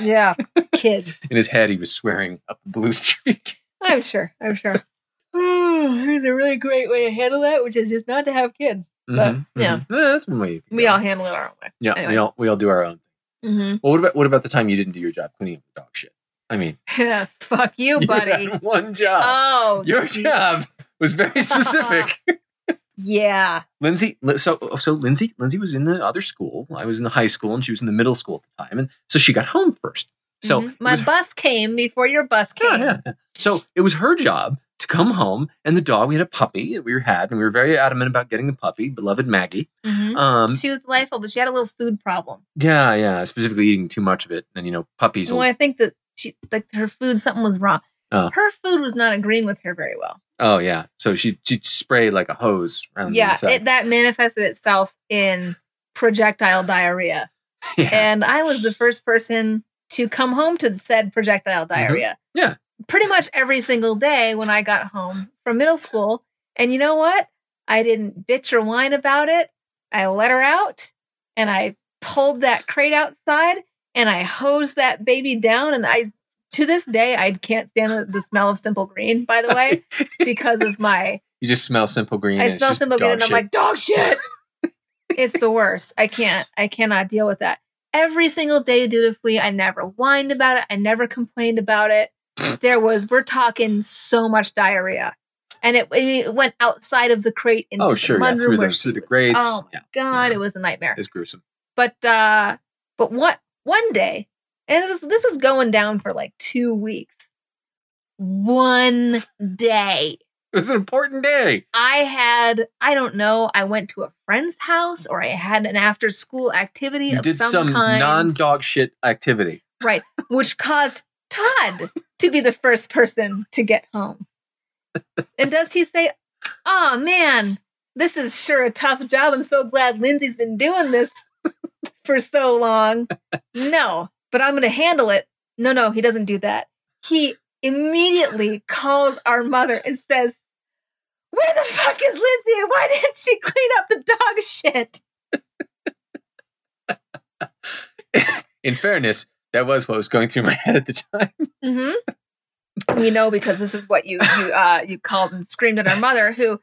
A: Yeah. Kids.
B: In his head, he was swearing up a blue streak.
A: I'm sure. I'm sure. Ooh, there's a really great way to handle that, which is just not to have kids. But,
B: Mhm,
A: yeah.
B: mhm. Yeah, that's one way. you can
A: Mm-hmm, We
B: go.
A: all handle it our own way.
B: yeah,
A: anyway.
B: we all we all do our own.
A: Mm-hmm.
B: Well, what about what about the time you didn't do your job cleaning up the dog shit? I mean,
A: Yeah, fuck you,
B: you
A: Oh, buddy.
B: had one job.
A: oh,
B: Your
A: geez.
B: job was very specific.
A: Yeah.
B: Lindsay, li- so so Lindsay, Lindsay was in the other school. I was in the high school, and she was in the middle school at the time, and so she got home first. So
A: Mhm.
B: it
A: my
B: was-
A: bus came before your bus came.
B: yeah, yeah, yeah. So it was her job to come home, and the dog. We had a puppy that we had, and we were very adamant about getting the puppy, beloved Maggie.
A: Mhm.
B: Um,
A: she was delightful, but she had a little food problem.
B: yeah, yeah, specifically eating too much of it, and you know, puppies.
A: Well,
B: will,
A: I think that she like her food something was wrong.
B: Uh.
A: her food was not agreeing with her very well.
B: oh yeah, so she she sprayed like a hose around the
A: yeah,
B: inside.
A: it, that manifested itself in projectile diarrhea.
B: yeah,
A: and I was the first person to come home to said projectile diarrhea.
B: Mm-hmm. Yeah.
A: Pretty much every single day when I got home from middle school. And you know what? I didn't bitch or whine about it. I let her out and I pulled that crate outside and I hosed that baby down. And I, to this day, I can't stand the- the smell of simple green, by the way, because of my
B: you just smell simple green.
A: I
B: and it's
A: smell
B: just
A: simple green
B: dog
A: and I'm
B: shit.
A: like, dog shit. it's the worst. I can't. I cannot deal with that. Every single day dutifully, I never whined about it. I never complained about it. There was, we're talking so much diarrhea. And it, I mean, it went outside of the crate into
B: oh sure,
A: the
B: yeah,
A: mudroom
B: through
A: where
B: the
A: she
B: through the
A: was.
B: grates.
A: Oh
B: yeah,
A: my god,
B: Yeah.
A: it was a nightmare.
B: it's gruesome.
A: But uh but what one day, and this this was going down for like two weeks. One day,
B: It was an important day.
A: I had, I don't know, I went to a friend's house or I had an after school activity
B: You
A: of
B: did
A: some,
B: some
A: kind,
B: non dog shit activity.
A: which caused Todd to be the first person to get home. and does he say, Oh man, this is sure a tough job. I'm so glad Lindsay's been doing this for so long. No, but I'm going to handle it. No, no, he doesn't do that. He immediately calls our mother and says, where the fuck is Lindsay? And why didn't she clean up the dog shit?
B: In fairness, that was what was going through my head at the time.
A: Mm-hmm. We know because this is what you you uh, you called and screamed at our mother, who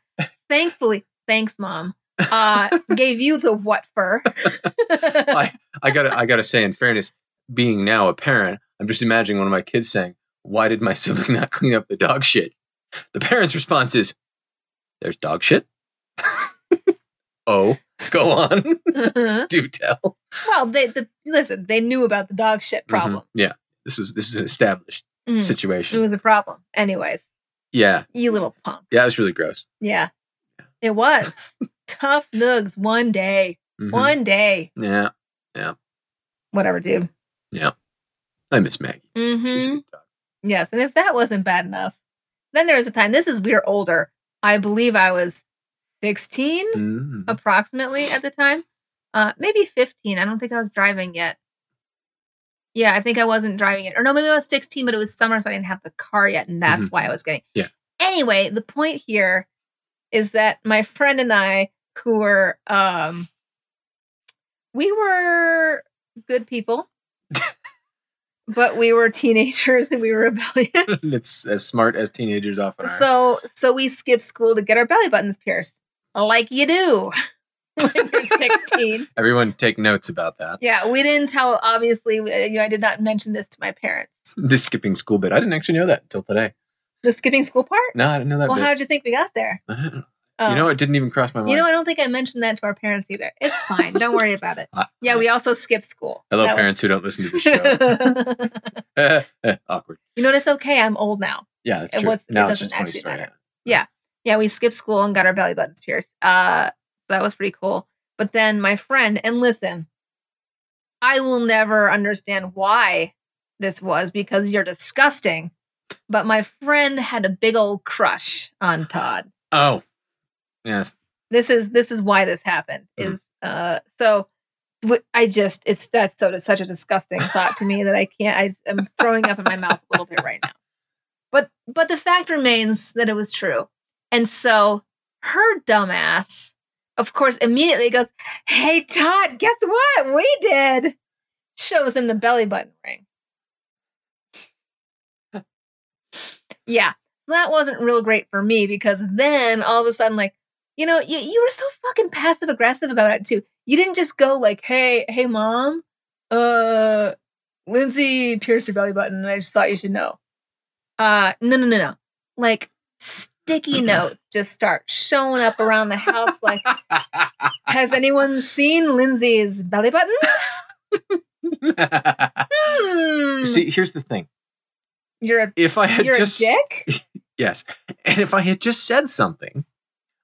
A: thankfully, thanks mom, uh, gave you the what for.
B: I gotta I gotta say, in fairness, being now a parent, I'm just imagining one of my kids saying, Why did my sibling not clean up the dog shit? The parent's response is, There's dog shit? oh, go on.
A: Mhm.
B: Do tell.
A: Well, they the, listen. They knew about the dog shit problem.
B: Mhm. Yeah. This was this is an established
A: Mhm. It
B: situation.
A: was a problem, anyways.
B: yeah.
A: You little punk.
B: Yeah, it was really gross.
A: Yeah, it was tough. Nugs one day,
B: Mhm.
A: one day,
B: Yeah.
A: whatever, dude.
B: I miss Maggie. She's a
A: Mm-hmm.
B: good dog.
A: Yes, and if that wasn't bad enough, then there was a time. This is we're older. I believe I was 16
B: Mhm.
A: approximately at the time, uh, maybe 15. I don't think I was driving yet. Yeah, I think I wasn't driving it, or no, maybe I was 16, but it was summer, so I didn't have the car yet, and that's
B: Mhm.
A: why I was getting.
B: Yeah.
A: Anyway, the point here is that my friend and I, who were, um, we were good people. But we were teenagers and we were rebellious.
B: it's as smart as teenagers often are.
A: So so we skipped school to get our belly buttons pierced. Like you do. when you're 16.
B: Everyone take notes about that.
A: Yeah, we didn't tell. Obviously, we- uh, you know, I did not mention this to my parents.
B: This skipping school bit. I didn't actually know that until today.
A: The skipping school part.
B: No, I didn't know that
A: Well,
B: bit.
A: how would you think we got there?
B: I don't know.
A: Oh.
B: You know, it didn't even cross my mind.
A: You know, I don't think I mentioned that to our parents either. It's fine. Don't worry about it.
B: I-
A: Yeah,
B: I-
A: we also skipped school.
B: Hello,
A: That was-
B: parents who don't listen to the show. Awkward.
A: you know, it's okay. I'm old now.
B: Yeah, that's
A: It
B: true.
A: was- it
B: now it's
A: doesn't
B: just a funny
A: actually
B: story.
A: matter. yeah, we skipped school and got our belly buttons pierced. Uh, so that was pretty cool. But then my friend, and listen, I will never understand why this was because you're disgusting. But my friend had a big old crush on Todd.
B: Oh, yes.
A: This is this is why this happened.
B: Mhm.
A: Is uh so wh- I just it's that's so it's such a disgusting thought to me that I can't I, I'm throwing up in my mouth a little bit right now. But but the fact remains that it was true. And so her dumbass, of course, immediately goes, Hey Todd, guess what? We did. Shows him the belly button ring. yeah. So that wasn't real great for me because then all of a sudden, like, you know, you, you were so fucking passive aggressive about it too. You didn't just go like, hey, hey mom, uh Lindsay pierced her belly button and I just thought you should know. Uh no no no no. Like sticky notes just start showing up around the house like has anyone seen Lindsay's belly button? Hmm.
B: See, here's the thing.
A: you're a
B: If I had
A: you're
B: just
A: a dick.
B: yes, and if I had just said something,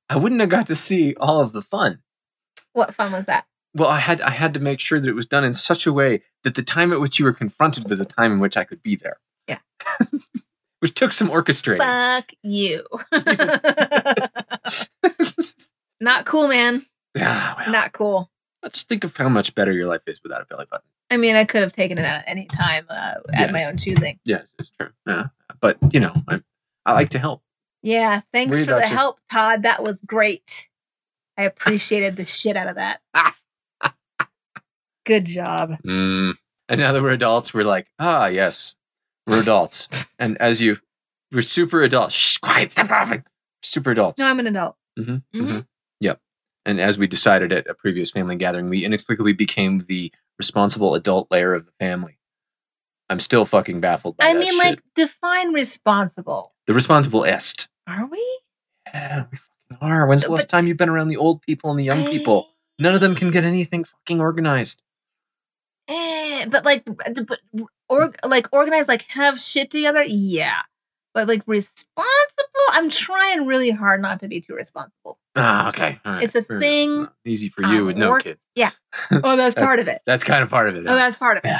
B: I wouldn't have got to see all of the fun.
A: What fun was that?
B: Well, I had I had to make sure that it was done in such a way that the time at which you were confronted was a time in which I could be there.
A: Yeah.
B: which took some orchestrating.
A: Fuck you. Not cool, man.
B: ah, well,
A: Not cool.
B: Just think of how much better your life is without a belly button.
A: I mean, I could have taken it out at any time uh, at my
B: Yes.
A: own choosing.
B: Yes, it's true. Yeah. But you know, I, I like to help.
A: Yeah, thanks
B: Worry
A: for the
B: about your-
A: help, Todd. That was great. I appreciated the shit out of that. Good job.
B: Mm. And now that we're adults, we're like, ah, yes, we're adults. and as you, we're super adults. Shh, quiet, stop laughing. Super adults.
A: No, I'm an adult.
B: Mhm,
A: Mhm.
B: mhm. Yep. And as we decided at a previous family gathering, we inexplicably became the responsible adult layer of the family. I'm still fucking baffled by
A: I
B: that
A: mean,
B: shit.
A: like, define responsible.
B: the responsible est.
A: Are we?
B: Yeah, we fucking are. When's the last
A: But-
B: time you've been around the old people and the young people? None of them can get anything fucking organized.
A: Eh, but like, but or like organize, like have shit together. Yeah, but like responsible. I'm trying really hard not to be too responsible.
B: Ah, okay. All right.
A: It's a
B: Fair enough.
A: thing.
B: No, Easy for you
A: Um,
B: with no
A: work-
B: kids.
A: Oh, that's part of it.
B: That's kind of part of it.
A: Oh, that's part of it.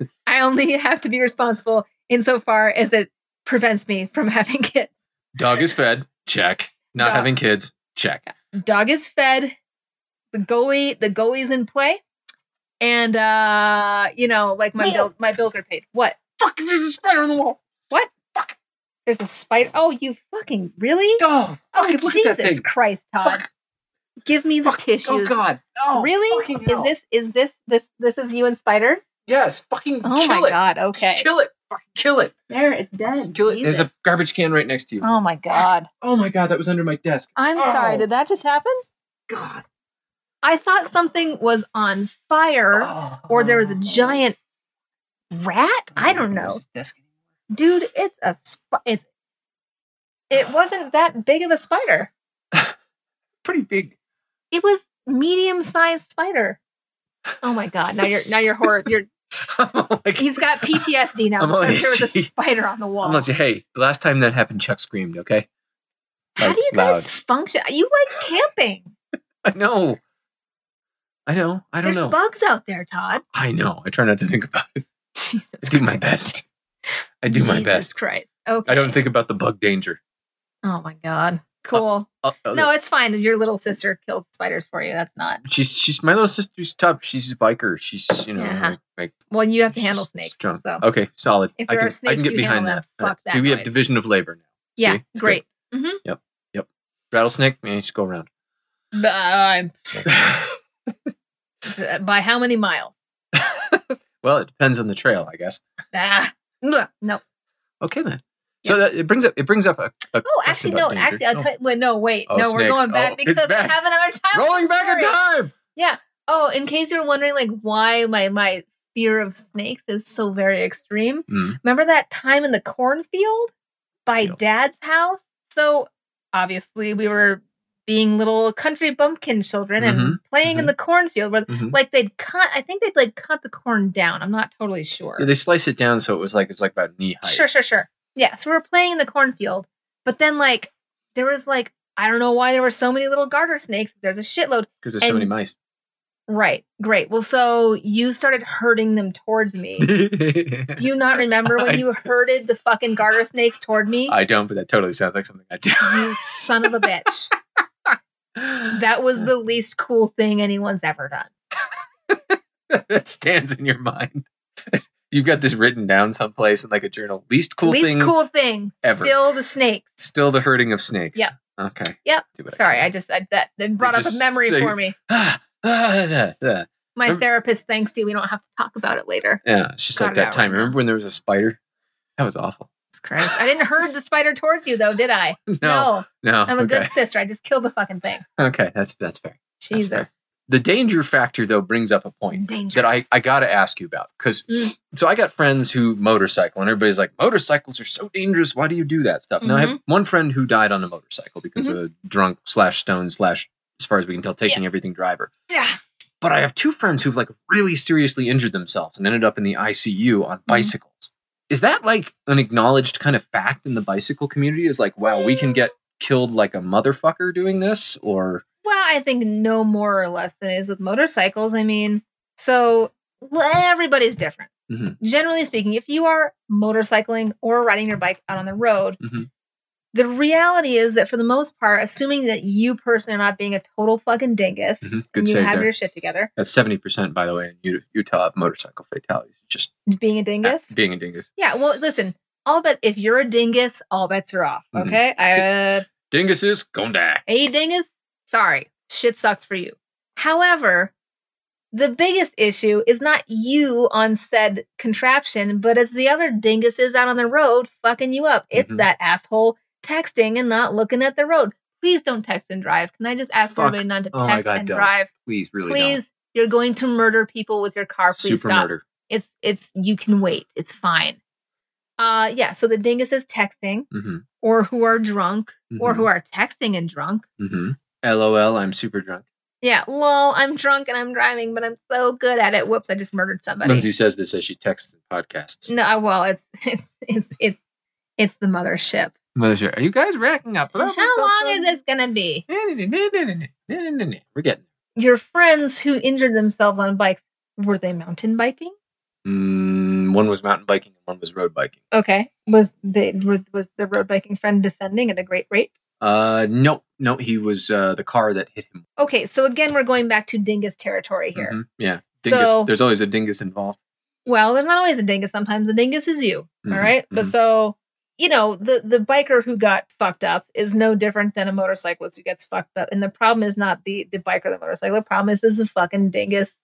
B: yeah.
A: I only have to be responsible insofar as it prevents me from having kids.
B: Dog is fed. Check. Not
A: Dog.
B: having kids. Check.
A: Dog is fed. The goalie, the goalie's in play, and uh, you know, like my
B: Whoa.
A: bills, my bills are paid. What?
B: Fuck! There's a spider on the wall.
A: There's a spider. Oh, you fucking really?
B: Oh,
A: Oh,
B: fucking look at that
A: Jesus
B: thing.
A: Christ, Todd.
B: Fuck.
A: Give me the
B: Fuck. Oh
A: tissues.
B: God. Oh,
A: really?
B: fucking
A: Is
B: hell.
A: this is this this this is you and spiders?
B: Yes. Fucking
A: Oh
B: kill
A: my
B: it.
A: God.
B: Just
A: Okay.
B: kill it. Fucking kill it.
A: There, it's
B: Just
A: dead.
B: kill it. There's a
A: Jesus.
B: garbage can right next to you. Oh,
A: Oh my God.
B: my God, that was under my desk.
A: I'm sorry.
B: Oh.
A: Did that just happen?
B: God.
A: I thought something was on fire.
B: Oh.
A: or there was a giant rat. I don't
B: There's
A: know,
B: his desk.
A: dude. It's a sp- it's it wasn't that big of a spider.
B: Pretty big.
A: It was medium sized spider. Oh my god! Now you're now you're horror. You're
B: like,
A: he's got PTSD now
B: I'm only-
A: because there was a spider on the wall.
B: I'm not hey, the last time that happened, Chuck screamed, okay?
A: How
B: like,
A: do you guys function? You like camping?
B: I know. I know. I don't
A: There's
B: know.
A: bugs out there, Todd.
B: I know. I try not to think about it.
A: Jesus,
B: I do my best. I do my
A: Jesus
B: best.
A: Christ. Okay.
B: I don't think about the bug danger.
A: Oh my god. Cool.
B: Uh, uh,
A: no, it's fine. Your little sister kills spiders for you. That's not.
B: she's she's my little sister's tough. She's a biker. She's you know
A: Yeah.
B: like, like
A: Well, you have to handle
B: she's Oh,
A: snakes.
B: strong.
A: So
B: Okay, solid.
A: If
B: I
A: there
B: can,
A: are snakes,
B: I can get
A: you
B: behind
A: handle
B: that.
A: them. Fuck
B: See,
A: that
B: we have
A: noise.
B: division of labor now.
A: Yeah,
B: See? It's
A: great.
B: Good. Rattlesnake, man, just go around.
A: But, uh, I'm- by how many miles?
B: well, it depends on the trail, I guess.
A: Ah, no, no.
B: Okay, man. So that, it brings up it brings up a, a
A: Oh,
B: question
A: actually,
B: about
A: no.
B: danger.
A: Actually, I'll
B: Oh.
A: tell you, wait, no, wait,
B: Oh,
A: no, we're
B: snakes.
A: going back
B: Oh, it's
A: because
B: back.
A: I have another time.
B: rolling back in time.
A: Yeah. Oh, in case you're wondering, like, why my my fear of snakes is so very extreme.
B: Mm.
A: Remember that time in the cornfield by
B: Yep.
A: Dad's house? So obviously, we were being little country bumpkin children and playing in
B: mhm.
A: the cornfield where,
B: Mhm.
A: like, they'd cut. I think they'd like cut the corn down. I'm not totally sure.
B: Yeah, they slice it down so it was like it was like about knee height.
A: Sure, sure, sure. Yeah, so we were playing in the cornfield, but then like there was like I don't know why there were so many little garter snakes. But there's a shitload.
B: Because there's so many
A: And-
B: mice.
A: Right, great. Well, so you started herding them towards me. Do you not remember
B: I-
A: when you herded the fucking garter snakes toward me?
B: I don't, but that totally sounds like something I do.
A: you son of a bitch. That was the least cool thing anyone's ever done.
B: that stands in your mind. You've got this written down someplace in like a journal. Least cool
A: least
B: thing.
A: cool thing.
B: ever.
A: Still the snakes.
B: Still the herding of snakes.
A: Yep.
B: Okay.
A: Yep.
B: Do what
A: Sorry, I
B: can.
A: just I, that that brought up a
B: just-
A: memory
B: they-
A: for me.
B: Ah, ah, ah, ah.
A: My
B: Remember-
A: therapist thanks you. We don't have to talk about it later.
B: Yeah, it's just
A: Got
B: like
A: it
B: that
A: out
B: time.
A: right now.
B: Remember when there was a spider? That was awful.
A: Jesus Christ. I didn't herd the spider towards you though, did I?
B: No, no.
A: No. I'm a
B: okay.
A: good sister. I just killed the fucking thing.
B: Okay, that's that's fair.
A: Jesus.
B: The danger factor though brings up a point.
A: Danger.
B: that I, I got to ask you about because
A: Mm.
B: so I got friends who motorcycle and everybody's like motorcycles are so dangerous. Why do you do that stuff? Now I have one friend who died on a motorcycle because of a drunk slash stone slash as far as we can tell taking everything driver.
A: yeah.
B: But I have two friends who've like really seriously injured themselves and ended up in the ICU on bicycles. Is that like an acknowledged kind of fact in the bicycle community? Is like wow we can get killed like a motherfucker doing this or
A: Well, I think no more or less than it is with motorcycles. I mean, so well, everybody's different.
B: Mhm.
A: Generally speaking, if you are motorcycling or riding your bike out on the road,
B: Mhm.
A: the reality is that for the most part, assuming that you personally are not being a total fucking dingus
B: Mhm. Good
A: and you
B: save
A: have
B: there.
A: your shit together,
B: that's seventy percent by the way in U- Utah of motorcycle fatalities just
A: being a dingus.
B: being a dingus.
A: yeah. Well, listen, all bet if you're a dingus, all bets are off.
B: Mhm.
A: Okay. I, uh,
B: Dingus is gonna die.
A: Hey, dingus, sorry, shit sucks for you. However, the biggest issue is not you on said contraption, but it's the other dinguses out on the road fucking you up. It's
B: Mhm.
A: that asshole texting and not looking at the road. Please don't text and drive. Can I just ask
B: Fuck.
A: everybody not to
B: Oh my
A: text
B: God,
A: and
B: don't.
A: drive?
B: Please, really
A: Please, you're going to murder people with your car.
B: don't.
A: Please
B: Super
A: stop
B: murder.
A: it's it's you can wait it's fine uh yeah so the dingus is texting
B: hmm
A: or who are drunk or who are texting and drunk
B: hmm LOL, I'm super drunk.
A: yeah lol i'm drunk and i'm driving but i'm so good at it whoops i just murdered somebody
B: Lindsay says this as she texts and podcasts.
A: no I- well it's it's it's it's, it's the mothership
B: Mother, are you guys racking up?
A: how long is this gonna be
B: We're getting.
A: your friends who injured themselves on bikes were they mountain biking
B: Mm, one was mountain biking and one was road biking.
A: okay was the were- was the road biking friend descending at a great rate
B: Uh, no, no, he was uh, the car that hit him.
A: okay so again we're going back to dingus territory here
B: Mhm, Yeah, dingus.
A: So-
B: There's always a dingus involved.
A: Well, there's not always a dingus. Sometimes the dingus is you. all
B: Mhm,
A: right? But
B: mhm.
A: so, you know, the the biker who got fucked up is no different than a motorcyclist who gets fucked up. And the problem is not the the biker, or the motorcycle. The problem is is the fucking dingus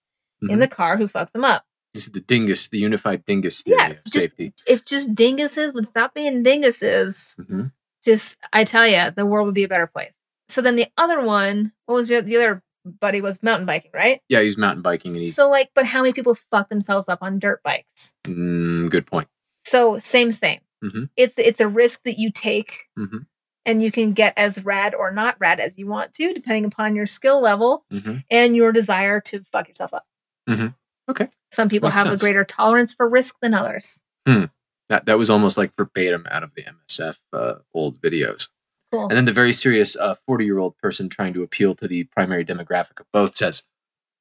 A: in
B: Mhm.
A: the car who fucks them up.
B: This is the dingus, the unified dingus theory
A: Yeah,
B: of
A: just-
B: safety.
A: If just dinguses would stop being dinguses,
B: Mhm.
A: just I tell you, the world would be a better place. So then the other one, what was the, the other buddy was mountain biking, right?
B: Yeah, he was mountain biking, and he.
A: So like, but how many people fuck themselves up on dirt bikes?
B: Mm, good point.
A: So same same.
B: Mhm.
A: It's it's a risk that you take,
B: Mhm.
A: and you can get as rad or not rad as you want to, depending upon your skill level
B: hmm
A: and your desire to fuck yourself up.
B: Mhm. Okay.
A: Some people
B: Makes
A: have
B: sense.
A: a greater tolerance for risk than others.
B: That that was almost like verbatim out of the MSF uh, old videos.
A: Cool.
B: And then the very serious forty year old person trying to appeal to the primary demographic of both says,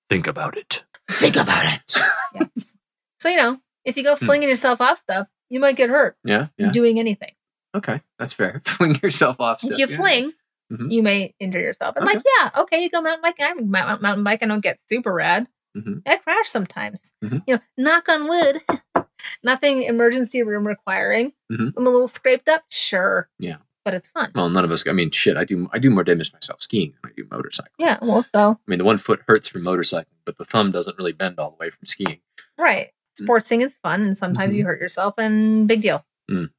B: "Think about it. Think about it."
A: yes. So you know, if you go
B: Hmm.
A: flinging yourself off stuff, you might get hurt
B: Yeah, yeah.
A: doing anything.
B: Okay, that's fair. Fling yourself off.
A: If
B: stuff,
A: you
B: yeah.
A: fling,
B: Mhm.
A: you may injure yourself. And like, yeah, okay, you go mountain biking. I mount- mountain bike. I don't get super rad.
B: Mhm.
A: I crash sometimes.
B: Mhm.
A: You know, knock on wood, nothing emergency room requiring.
B: Mhm.
A: I'm a little scraped up, sure.
B: Yeah.
A: But it's fun.
B: Well, none of us. I mean, shit. I do. I do more damage myself skiing than I do motorcycle.
A: Yeah, well, so,
B: I mean, the one foot hurts from motorcycling, but the thumb doesn't really bend all the way from skiing. Mm-hmm.
A: right. Sportsing is fun, and sometimes you hurt yourself, and big deal.
B: Mm. Mm-hmm. So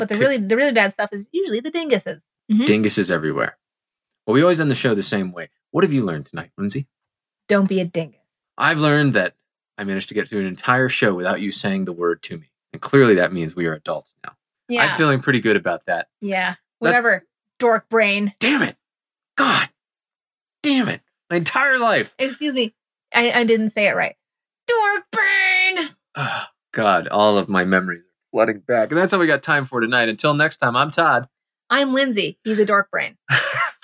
B: Mm-hmm.
A: but the
B: pick
A: really the really bad stuff is usually the dinguses. Mhm.
B: dinguses everywhere. Well, we always end the show the same way. What have you learned tonight, Lindsay?
A: Don't be a dingus.
B: I've learned that I managed to get through an entire show without you saying the word to me. And clearly that means we are adults now.
A: Yeah.
B: I'm feeling pretty good about that.
A: yeah. Whatever. Dork brain.
B: Damn it. God. Damn it. My entire life.
A: Excuse me. I, I didn't say it right. Dork brain.
B: Oh, God, all of my memories are flooding back. And that's all we got time for tonight. Until next time, I'm Todd.
A: I'm Lindsay. He's a dork brain.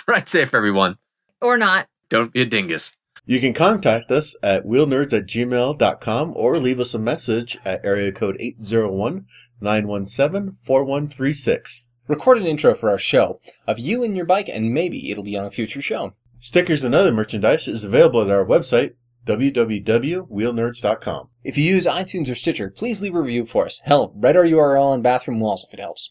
B: Right safe, everyone.
A: Or not.
B: Don't be a dingus.
C: You can contact us at wheelnerds at gmail.com or leave us a message at area code 801 917 4136.
D: Record an intro for our show of you and your bike, and maybe it'll be on a future show.
C: Stickers and other merchandise is available at our website, www.wheelnerds.com.
D: If you use iTunes or Stitcher, please leave a review for us. Hell, write our URL on bathroom walls if it helps.